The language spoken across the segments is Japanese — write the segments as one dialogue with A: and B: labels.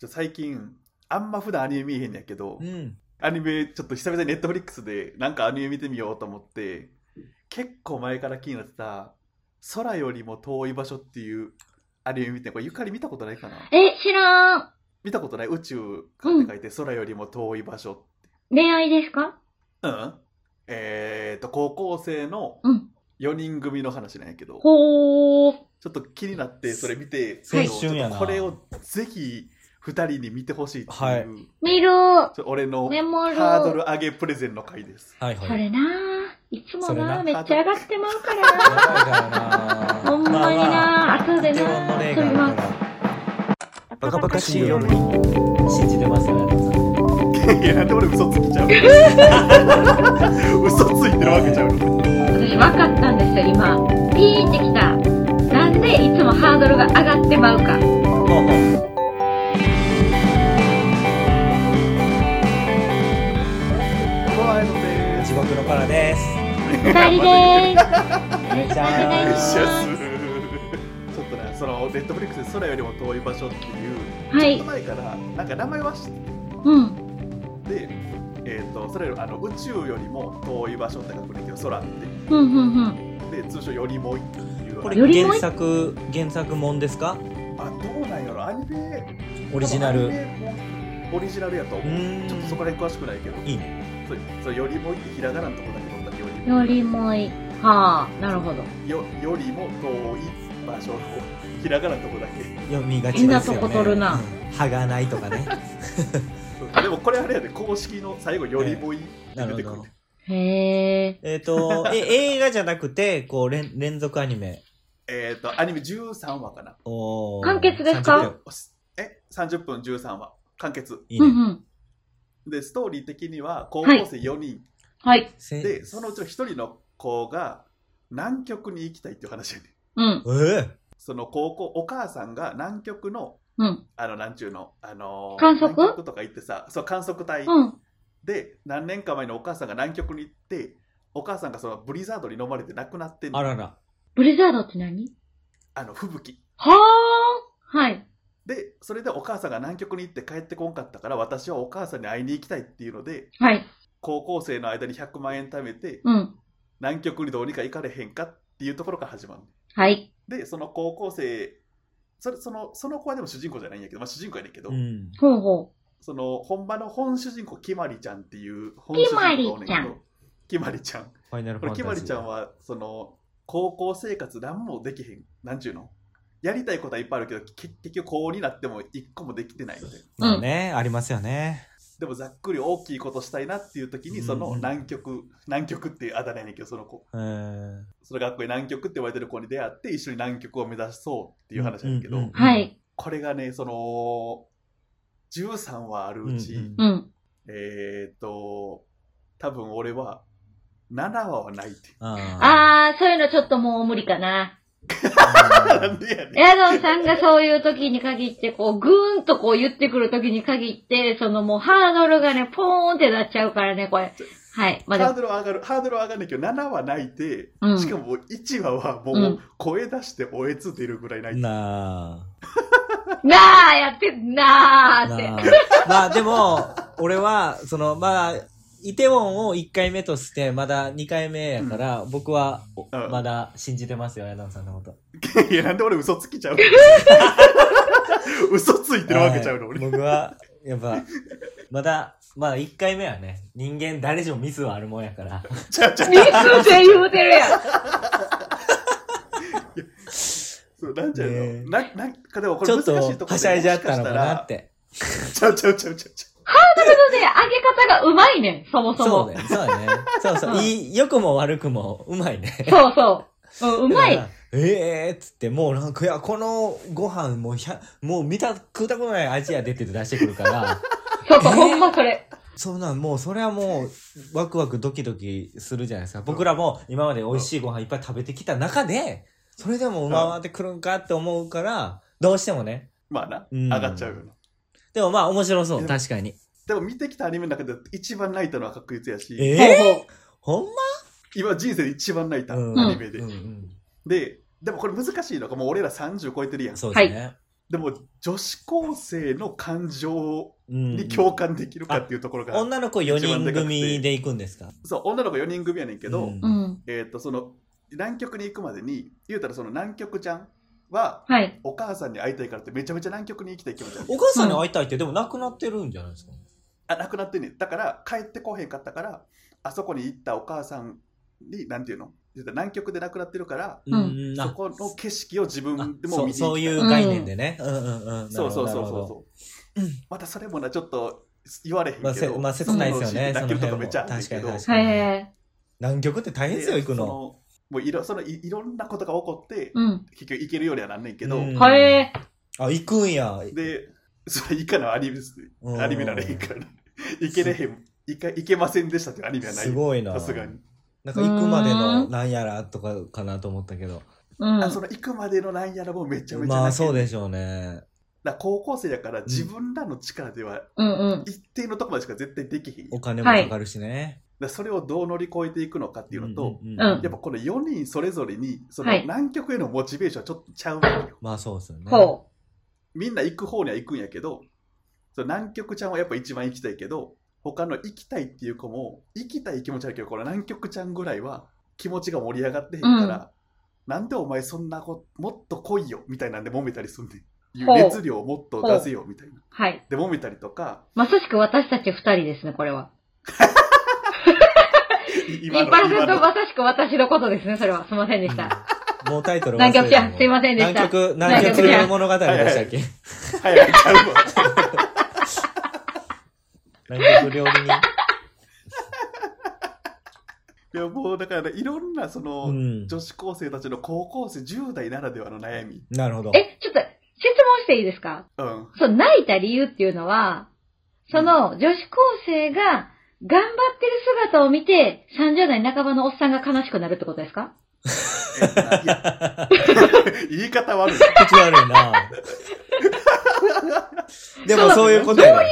A: ちょ最近、あんま普段アニメ見えへんねやけど、
B: うん。
A: アニメちょっと久々にネットフリックスでなんかアニメ見てみようと思って、結構前から気になってた、空よりも遠い場所っていうアニメ見て、これゆかり見たことないかな
C: え、知らん。
A: 見たことない宇宙かって書いて、空よりも遠い場所って
C: 恋愛ですか
A: うんえー、と高校生の
C: うん
A: 4人組の話なんやけど、ち
C: ほー。
A: ょっと気になってそれ見て
C: はい
A: その
B: 青春やな
A: ちょっとこれをぜひ2人に見てほしいっていう、
B: はい
C: 見る。
A: ちょ俺の
C: メモる。
A: ハードル上げプレゼンの回です
B: はいはい。
C: それなぁ。いつも
B: それ
C: なぁ、
B: な
C: めっちゃ上がってまうか
B: や
C: ら
B: ばいから
C: な。
B: な。
C: ほんまになぁ、後で
B: イテウォン
C: な
B: の
C: ぁ、
B: 例
C: 飛び
B: がある
C: ま
B: か
C: す。
B: ら。
C: バカバカしい
B: よ信じてますから、皆さん。
A: いやなんで俺嘘つき ちゃうの嘘ついてるわけちゃうの
C: 私分かったんですよ、今。ピーンってきた。なんでいつもハードルが上がってまう
B: ほ
C: か。
B: うほう
A: 怖いので
B: 地獄のパラです。
C: 二人でーす。
B: めちゃ
C: お願いし
A: シ
C: ま
A: ャスちょっとねそのネットフリックスで空よりも遠い場所っていう、
C: は
A: ちょっと
C: い。
A: 前からなんか名前は知って
C: うん。
A: で、えー、とそれよりあの宇宙よりも遠い場所って書くんだけど空って
C: うんうんうん。
A: で通称よりもいっていう
B: こ
C: より
B: れ
C: もい
B: 原作、原作もんですか
A: あどうなんやろアニメ
B: オリジナル。
A: アニ
B: う
A: メもオリジナルやと思う、
B: ーん。
A: ちょっとそこら辺詳しくないけど
B: いいね。
A: そうそうよりもいってひらがなのとこだけどだけよりも
C: よりもい。はぁ、なるほど。
A: よよりも遠い場所の ひらがなのとこだけ
B: 読みがちですよね。
C: 変なとこ取るな
B: うん歯がないとか ね。
A: そうでもこれあれやで公式の最後よりもいって
B: な
A: 出て
B: る
A: く
B: ほ
A: る
B: ど。
C: へぇ
B: えっ、と、え、映画じゃなくて、こう、連連続アニメ。
A: えっ、とアニメ13話かな
B: おー
C: 完結ですか
B: 30秒
A: おしえ30分13話完結
B: い
C: ー。
B: いね。
C: うんうん。
A: でストーリー的には高校生4人
C: はい。
B: せ
A: で、そのうちの一人の子が南極に行きたいっていう話やねん
C: うん。
B: えー、
A: その高校、お母さんが南極の、
C: うん。
A: あの、なんちゅうの、あのー
C: 観測
A: 南極とか行ってさ、そう、観測隊
C: うん。
A: で、何年か前にお母さんが南極に行って、お母さんがそのブリザードに飲まれて亡くなってんの
B: あらら。
C: ブリザードって何
A: あの、吹雪。
C: はーはい。
A: で、それでお母さんが南極に行って帰ってこんかったから、私はお母さんに会いに行きたいっていうので、
C: はい。
A: 高校生の間に100万円貯めて、
C: うん。
A: 南極にどうにか行かれへんかっていうところから始まる。
C: はい。
A: で、その高校生、それそのその子はでも主人公じゃないんやけど、まあ、主人公やねんけど、
B: うん。
C: ほうほ
A: その本場の本主人公、きまりちゃんっていう本主人公がおんねんけど、きまりちゃん。
B: ファイナル
A: これ、
B: ファンタジ
A: き
B: ー。
A: まりちゃんは、その、高校生活何もできへん。なんちゅうのやりたいことはいっぱいあるけど、結結局、高になっても一個もできてないみたいな。
B: まあね、ありますよね。
A: でも、ざっくり大きいことしたいなっていう時に、そ
B: うんう
A: の
B: ん
A: 南極、南極っていうあだ名やねんけど、その子。
B: うん。
A: その学校に南極って言われてる子に出会って、一緒に南極を目指そうっていう話なんだけど、
B: うんうんうん
C: う。はい。
A: これがね、その、13はあるうち、
B: うんうん
C: うん。
A: えっ、と、多分俺は、7話はないって。
B: あ
C: あー、そういうのちょっともう無理かな。
B: あ
A: なんでやねん。
C: エアドンさんがそういう時に限って、こう、ぐーんとこう言ってくる時に限って、そのもうハードルがね、ポーンってなっちゃうからね、これ。はい。まあ、で
A: ハー
C: も、
A: ドルは上がる、ハードルは上がるんだけど、7は泣いて、
C: うん。
A: しかも1話はも
C: う
A: うん声出しておえつ出るぐらい泣いて、
B: なあ。
C: なあやってんなーっ
B: な
C: て。
B: あ。まあでも、俺は、その、まあ、イテウォンを1回目として、まだ2回目やから、僕は、お
A: うん
B: まだ信じてますよ、ヤダンさんのこと。
A: いや、なんで俺嘘つきちゃう の嘘ついてるわけちゃうの、
B: はい
A: 俺。
B: 僕は、やっぱ、まだ、まだ1回目はね、人間誰しもミスはあるもんやから。
A: ちゃうちゃう
C: ミスって言うてるやん。
A: そう、なんちゃうの、
B: ねえ
A: な、なんかでもこ
B: ち
A: れ
B: ょ
A: 難
B: っ
A: しいとこ
B: と
A: ろ、
B: はしゃいじゃったのかなって。
A: ちゃうちゃうちゃうちゃうちゃ
C: で、上げ方がうまいねん、そもそ
B: そ
C: も。
B: うね、そうね。そうそうう、
C: ん
B: いい、良くも悪くも、うまいね。
C: そうそう。うんうま
B: だ
C: い。
B: から。ええー、っつって、もうなんか、いや、このご飯、もうひゃ、もう見た、食ったことない味やでって言って出してくる から、
C: そうそう、ほんまそれ。
B: そんなん、もう、それはもう、ワクワクドキドキするじゃないですか。僕らも、今まで美味しいご飯いっぱい食べてきた中で、それでもうまってくるんかって思うから、どうしてもね。
A: う。まあな、
B: うん
A: 上がっちゃうよな。
B: でもまあ、面白そ
A: で
B: う、
A: も
B: 確かに。
A: でも見てきたアニメの中で一番泣いたのは確実やし、
B: え
C: ほう
B: え
C: ほう
B: ほんま
A: 今人生で一番泣いた、
B: うん
A: アニメで、
B: うんうん
A: で、でもこれ難しいのが、もう俺ら30超えてるやん。
B: そうですね。
A: でも女子高生の感情
B: うん
A: に共感できるかっていうところが、
B: 女の子4人組で行くんですか
A: そう女の子4人組やねんけど、
B: うん
C: うん。
A: えー、とその南極に行くまでに言うたらその南極ちゃんは
C: はい。
A: お母さんに会いたいからってめちゃめちゃ南極に行きたい気持ちある
B: お母さんに会いたいってでもなくなってるんじゃないですか
A: あなくなってんねんだから帰ってこへんかったからあそこに行ったお母さんになんていうの言うたら南極で亡くなってるから
C: うん
B: ん
A: そ
B: あ
A: この景色を自分で
B: そ
A: も
B: う
A: 見て
B: そういうう概念でね。うんうんうん。
A: そうそうそう
B: なるほど
A: そうそうまたそれもなちょっと言われへんけ
B: まあ、せ
A: ど、
B: まあ、切ないですよね。
A: そのシーンで泣けるとかめっちゃあ
B: その
A: るんだけ
B: 辺
A: ど
B: も確かに確か
C: は
B: に。
C: いはいはい。
B: 南極って大変ですよ、行く
A: そ
B: の。
A: のもういろそのいいろんなことが起こって、
C: うん。
A: 結局行けるようにはなんねんけど、
B: うん
C: はい。
B: あ、行くんや。
A: でそれいいかなアニメ
B: うん
A: アニメならいいから行けれへん行か行けませんでしたっていうアニメはない
B: すごいな。
A: さすがに、
B: なんか行くまでの
C: う
B: なんやらとかかなと思ったけど。
C: うん。
A: あその行くまでのなんやらもめちゃめちゃ泣ける
B: まあ、そうでしょう
A: だ
B: ね。
A: から高校生やから自分らの力では
C: うんうん。
A: 一定のとこまでしか絶対できへん、だ
B: お
A: か
B: 金もかかるしね。
A: らそれをどう乗り越えていくのかっていうのと、
B: うんうん
A: やっ
C: うん
A: ぱこの4人それぞれにその
C: はい
A: 南極へのモチベーションはちょっとちゃうわけよ、
B: まあ、そうですよね。
C: ほ
A: みんな行く方には行くんやけどその南極ちゃんはやっぱ一番行きたいけど他の行きたいっていう子も行きたい気持ちだけどこの南極ちゃんぐらいは気持ちが盛り上がってへんから、なんでお前そんな子もっと来いよみたいなんで揉めたりすんねん
C: ほう
A: 熱量をもっと出せよみたいな
C: う。はい。
A: で揉めたりと か
C: まさしく私たち二人ですね、これは。
A: い
C: 1%まさしく私のことですね、それ は。すいませんでした。
B: もうタイトル忘れ
C: 南
B: た
C: 極ちゃん、すいませんでした。
B: 南極、南
C: 南極ちゃ
B: 極
C: ん
B: 物語でしたっけ
A: はいはいちゃうわ
B: 南極料理人。
A: いやもうだからいろんなその、
B: うん。
A: 女子高生たちの高校生10代ならではの悩み、
B: なるほど。
C: え、ちょっと、質問していいですか
A: うん、
C: そう、泣いた理由っていうのは、その女子高生が頑張ってる姿を見て、30代半ばのおっさんが悲しくなるってことですか
A: えっと ないや言い方悪い
B: 口悪い な。でもそういうことやろ。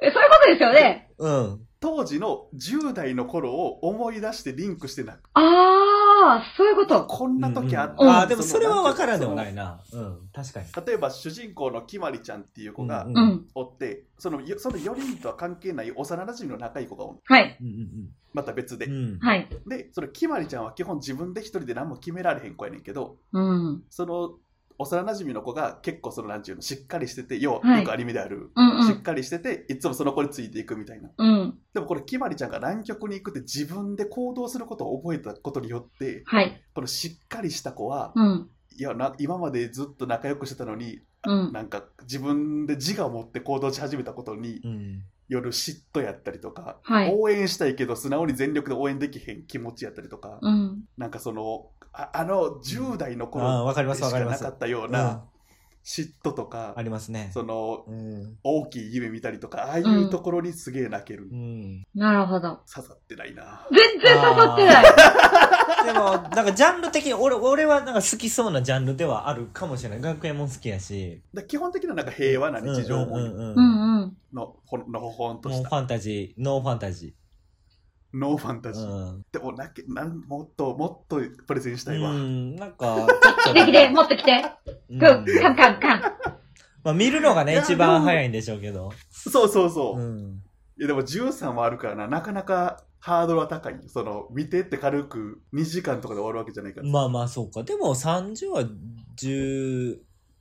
C: え、そういうことですよね。
B: うん。
A: 当時の10代の頃を思い出してリンクしてなく
C: あー、そういうこと。
A: こんな時あった、
C: うんうん
B: ああ、でもそれは分からんでもないいな。うん、確かに。
A: 例えば主人公のきまりちゃんっていう子が
B: うん
C: う
B: うん
C: ん。
A: おって、そのよその4人とは関係ない幼なじみの仲いい子がおる
C: はい。
B: うん
A: また別で、
B: うんうん。
C: はい。
A: でそのきまりちゃんは基本自分で一人で何も決められへん子やねんけど
C: うん。
A: その幼なじみの子が結構そのなんちゅうのしっかりしててよ,、
C: はい
A: よくアニメである、
C: うんう
A: しっ
C: ん。
A: かりしてていつもその子についていくみたいな
C: うん。
A: でもこれきまりちゃんが南極に行くって自分で行動することを覚えたことによって
C: はい。
A: このしっかりした子は、
C: うん。
A: いやな今までずっと仲良くしてたのに
C: うん。
A: なんか自分で自我を持って行動し始めたことに
B: うん。
A: よる嫉妬やったりとか、
C: はい。
A: 応援したいけど素直に全力で応援できへん気持ちやったりとか、
C: うん。
A: なんかそのああの10代の
B: ああ、
A: 頃
B: 分かります
A: し
B: 分か
A: か
B: りま
A: な
B: す。
A: かったよう
B: うん
A: な嫉妬とか、
B: ありますね。
A: その
B: うん。
A: 大きい夢見たりとかああいうところにすげえ泣ける、
B: うん。
C: なるほど。
A: 刺さってないな。
C: 全然刺さってない。
B: でも、なんかジャンル的に、俺、俺はなんか好きそうなジャンルではあるかもしれない。学園も好きやし。
A: だ基本的にはなんか平和な日常
B: うんうん
A: も
B: うんうん。ノ
C: うんうん。
A: のほのほほんとし
B: ーフ
A: た
B: ァンタジー、ノーファンタジ
A: ノーファンタジ
B: ー。
A: ー、
B: うん。
A: でもなけなんもっともっとプレゼンしたいわ、
B: うん、なんか、
C: 素敵で、もっと来て。
B: うん
C: グー、カンカンカン。
B: まあ見るのが
A: い
B: ね、
A: や
B: 一番早いんでしょうけど。
A: そうそうそう、
B: う
A: い
B: ん。
A: やでも13はあるからななかなかハードルは高いよその見てって軽く2時間とかで終わるわけじゃないから、
B: まあまあ、そうか。でも30は10、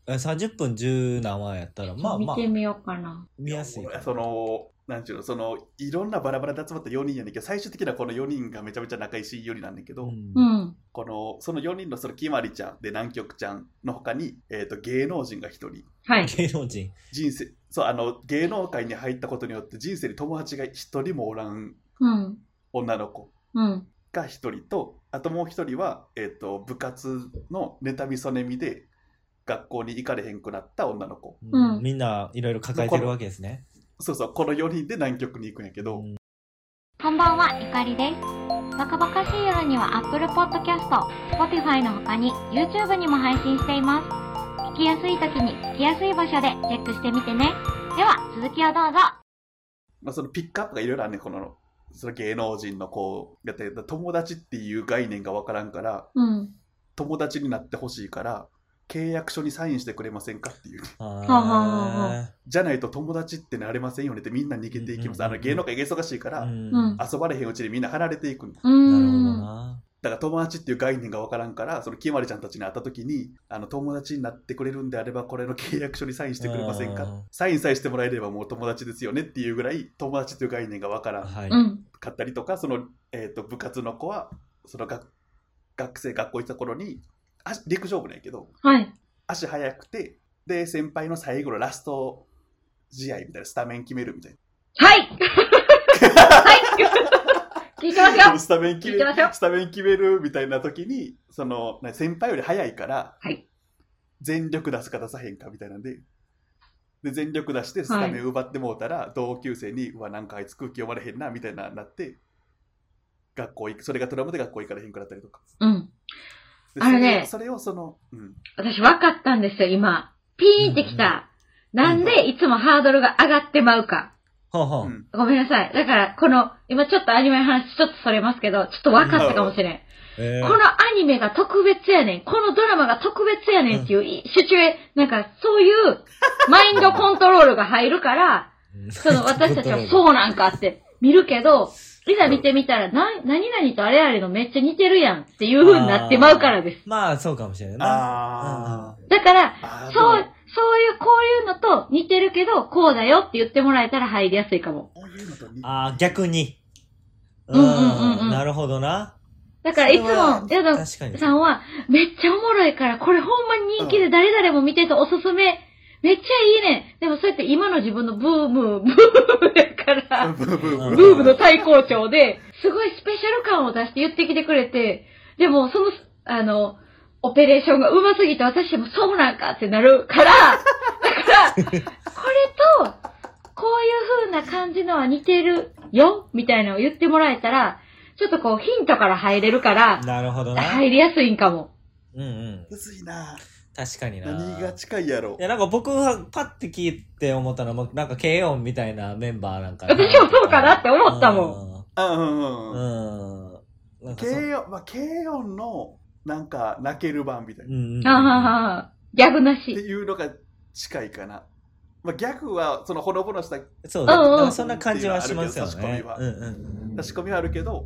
B: え30分10何話やったら、まあまあ
C: 見、てみようかな。
B: 見やすいか
A: そのなんちゅうのそのいろんなバラバラで集まった4人やねんけど最終的にはこの4人がめちゃめちゃ仲いいし4人なんだけど、
B: ら。
C: う
B: うん
C: ん。
A: このその4人のそのきまりちゃんで南極ちゃんの他に、えー、と芸能人が1人
C: はい。
B: 芸能人。
A: 人生そうあの芸能界に入ったことによって人生に友達が一人もおらん
C: うん。
A: 女の子
C: うん。
A: が一人とあともう一人は、えっと部活の妬みそねみで学校に行かれへんくなった女の子
C: うん
B: みんないろいろ抱えてるわけですね。
A: そうそうこの4人で南極に行くんやけど、
B: うん
D: こんばんは、ゆかりです。バカバカしい夜には Apple Podcast、Spotify の他に YouTube にも配信しています。聞きやすい時に聞きやすい場所でチェックしてみてね。では、続きをどうぞ。
A: まあ、そのピックアップがいろいろあんねんこのその芸能人の子やって友達っていう概念がわからんから
C: うん。
A: 友達になってほしいから契約書にサインしてくれませんかっていう。
B: は
C: ははは
A: じゃないと友達ってなれませんよねってみんな逃げていきます。
B: うんうん
A: あ
B: うん
A: の芸能界忙しいから、
B: うん。なる
A: 遊ばれへんうちにみんな離れていくんだ。
B: ほ
C: うー
B: ど
C: ん。
B: な。
A: だから友達っていう概念がわからんから、そのきまりちゃんたちに会った時に、あの友達になってくれるんであれば、これの契約書にサインしてくれません
B: うん
A: かサインさえしてもらえればもう友達ですよねっていうぐらい、友達という概念がわからん
B: はい。
C: うん。
A: かったりとか、その、えー、と部活の子は、その学学生、学校行った頃に、あ陸上部なんやけど、
C: はい。
A: 足速くて、で、先輩の最後のラスト試合みたいな、スタメン決めるみたいな。
C: はいはい聞いてます よ
A: スタメン決め
C: 聞いてますよ
A: スタメン決めるみたいな時に、その、な先輩より速いから、
C: はい
A: 全力出すか出さへんかみたいなんで、で、全力出してスタメン奪ってもうたら、同級生に、うわ、なんかあいつ空気読まれへんな、みたいななって、学校行く、それがトラウマで学校行かれへんくなったりとか。
C: うん。
A: で
C: あのね
A: それをそれをその、うん。
C: 私分かったんですよ、今。ピーンってきた。なんでいつもハードルが上がってまうか。
B: ほうほう
A: うん
C: ごめんなさい。だから、この、今ちょっとアニメの話ちょっとそれますけど、ちょっと分かったかもしれん。
B: え
C: このアニメが特別やねん。このドラマが特別やねんっていう、シチュエ、なんかそういうマインドコントロールが入るから、
B: ー
C: その 私たちはそうなんかって見るけど、いざ見てみたら、な、何々とあれあれのめっちゃ似てるやんっていう風になってまうからです。
B: まあ、そうかもしれないな。
A: あ
C: だから、
A: あ
C: そう、
A: ー
C: そうい
A: でも
C: う、こういうのと似てるけど、こうだよって言ってもらえたら入りやすいかも。
A: こういうのと似
B: ああ、逆に。
C: うんうんうんうん
B: なるほどな。
C: だからいつも
B: そ、れ
C: や
B: は
C: だ
B: 確かに。
C: さんは、めっちゃおもろいから、これほんまに人気で誰々も見てておすすめ。めっちゃいいねん。でもそうやって今の自分のブーム、ブームやから、
A: ブーブーブー
B: うん
C: ブームの最高潮で、すごいスペシャル感を出して言ってきてくれて、でもその、あの、オペレーションが上手すぎて私でもそうなんかってなるから、だから、これと、こういう風な感じのは似てるよ、みたいなのを言ってもらえたら、ちょっとこうヒントから入れるから、
B: なるほどな。
C: 入りやすいんかも。
B: うんうん。
A: むずいな
B: 確かにな。
A: 何が近いやろ
B: いや、なんか僕はパッて聞いて思ったのは、なんか k 音みたいなメンバーなんかな。
C: 私もそうかなって思ったも
A: うんうんうん
B: ん。うん。なんかそう
A: 軽音、まあ、軽音のなんか泣ける版みたいな、っ
B: うんうん。
C: あははは。ギャグな
A: て
C: し。
A: いうのが近いかな、まあ、ギャグはそのほのぼのした
B: そうだね
C: うんうん
B: なんかそんな感じはしますよ
A: 差し込
B: ね
A: み。は
B: うんうん。
A: 差し込みはあるけど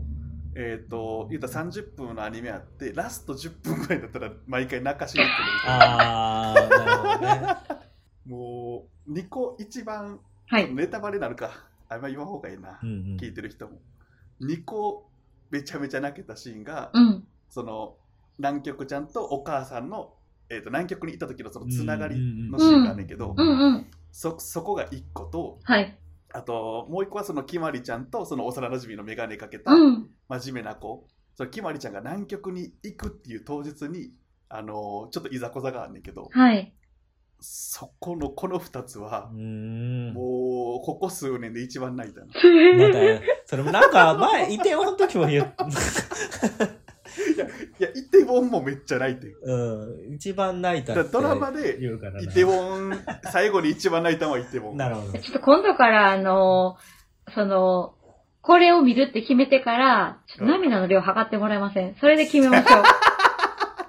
A: えっ、と言うたら30分のアニメあってラスト10分ぐらいだったら毎回泣かしにって
B: ああ、なるほどね。
A: るもう2個一番
C: はい。
A: ネタバレになるかあんま言わん方がいいな、
B: うんうん。
A: 聞いてる人も2個めちゃめちゃ泣けたシーンが、
C: うん。
A: その南極ちゃんとお母さんの、えー、と南極にいた時のそのつながりのシーンがあんねんけど、
C: うんうん。
A: そそこが1個と
C: はい。
A: あともう1個はそのきまりちゃんとその幼なじみの眼鏡かけた
C: うん。
A: 真面目な子、そのきまりちゃんが南極に行くっていう当日に、あのーちょっといざこざがあんねんけど
C: はい。
A: そこのこの2つは
B: う、ん。
A: もうここ数年で一番泣いたな。
B: また、それもなんか前、イテオンの時も言っ
A: いやイテウォンもめっちゃ泣いてる
B: うん。一番泣いた
A: だ
B: っ
A: か
B: て
A: らドラマで
B: 言うから
A: イ
B: な。
A: テウォン最後に一番泣いたのはイテウォン。
B: なるほど。
C: ちょっと今度から、あのーその、これを見るって決めてから、ちょっと涙の量測ってもらえません。それで決めましょう。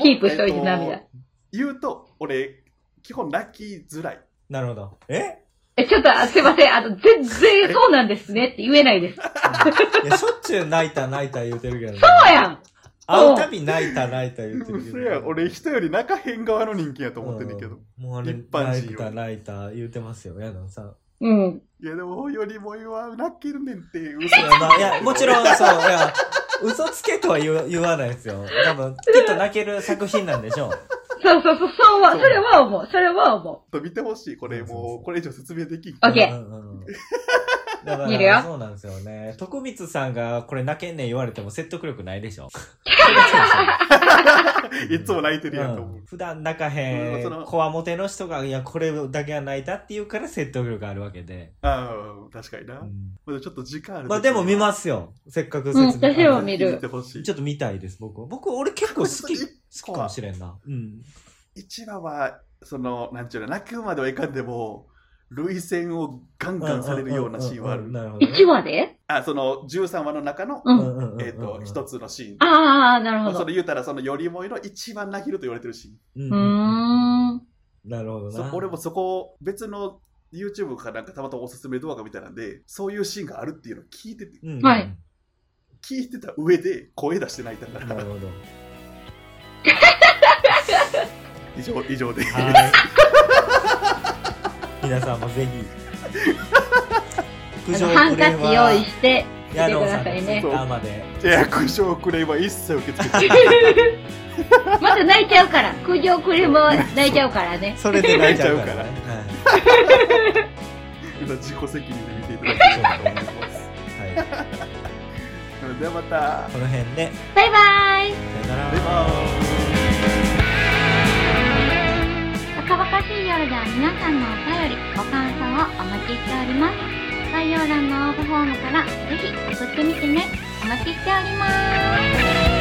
C: キープしといて涙
A: えっと言うと、俺、基本泣きづらい。
B: なるほど。え
C: え、ちょっと、あすいません。あの、全然そうなんですねって言えないです。そ
B: いや、しょっちゅう泣いた泣いた言うてるけどね。
C: うやん
B: 会うたび泣いた泣いた言うてるけ
A: そ
B: ど。
A: や、俺人より泣かへん側の人間やと思ってんねんけど。
B: うん。もうあれ、
A: 一般
B: 泣
A: 人
B: い
A: よ
B: た泣いた言うてますよ、やのさん。
C: うん。
A: いや、でも、よりもは泣けるねんって、嘘
B: いや、まあいやもちろん、そう、いや、嘘つけとは言わ言わないですよ。多分、きっと泣ける作品なんでしょ
C: そうそうそう、そうは、
A: そう
C: それは思う。それは思
A: と見てほしい。これ、もう、これ以上説明できん。
B: う。
C: オッケー
B: うんうんうんだか
C: 見るよ
B: ら、そうなんですよね。徳光さんがこれ泣けんねん言われても説得力ないでしょ。
A: いつも泣いてるやんと思
B: う
A: う。
B: ん普段泣か
A: う
B: へ
A: んその
B: ん、こわもての人が、いや、これだけは泣いたって言うから説得力あるわけで。
A: ああ、確かに
B: う
A: な。
B: ん
A: まあちょっと時間ある。。
B: まあでも見ますすよ。せっかく
C: うん
B: 説明
C: 私は見る
A: 見てほしい
B: ち。ょっと見たいです、僕は。僕、俺結構好き、
A: ちょっと
B: 好きかもしれんな。うん。
A: 一話は、その、なんちゅうの、泣くまではいかんでも、涙腺をガンガンされるようなシーンはある。
B: なるほどね。
C: 1話で
A: あ、その13話の中の、
C: う。
B: うんんうんうんうん。
A: えっと、一つのシーン。
C: ああ、なる
A: ま
C: ほ
A: あ、そ
C: ど。
A: れ言うたら、そのよりもいの一番泣きると言われてるシーン。
B: うんう
C: うー
B: んうん。
C: ん。
B: なるほど
A: そ
B: な。
A: 俺もそこを別の YouTube かなんかたまたまおすすめ動画みたいなんで、そういうシーンがあるっていうのを聞いてて、
B: うんうん。
C: はい
A: 聞いてた上で声出して泣いたか
B: なる
A: ら、
B: ほど。
A: 以 上、以上で。
B: はい。皆さんもぜひ。
C: あの、ハンカチ用意
B: し
C: して、
B: てくださいね。
A: そう
B: ターマで。
A: いや、苦情クレームは一切受け付けてない。
C: まだ泣いちゃうから。苦情クレームは泣いちゃうからね。
B: それで泣いちゃうからね。
A: 皆さん自己責任で見ていただき
B: はい
A: たいと思います。
B: そうだねはい
A: それではまた。
B: この辺で、
C: バイバ
B: さよな
C: イ
A: バイ
B: ら。
A: バーイ。
D: バカバカしい夜では皆さんのお便り、ご感想をお待ちしております。概要欄の応募フォームからぜひ送ってみてね。お待ちしております。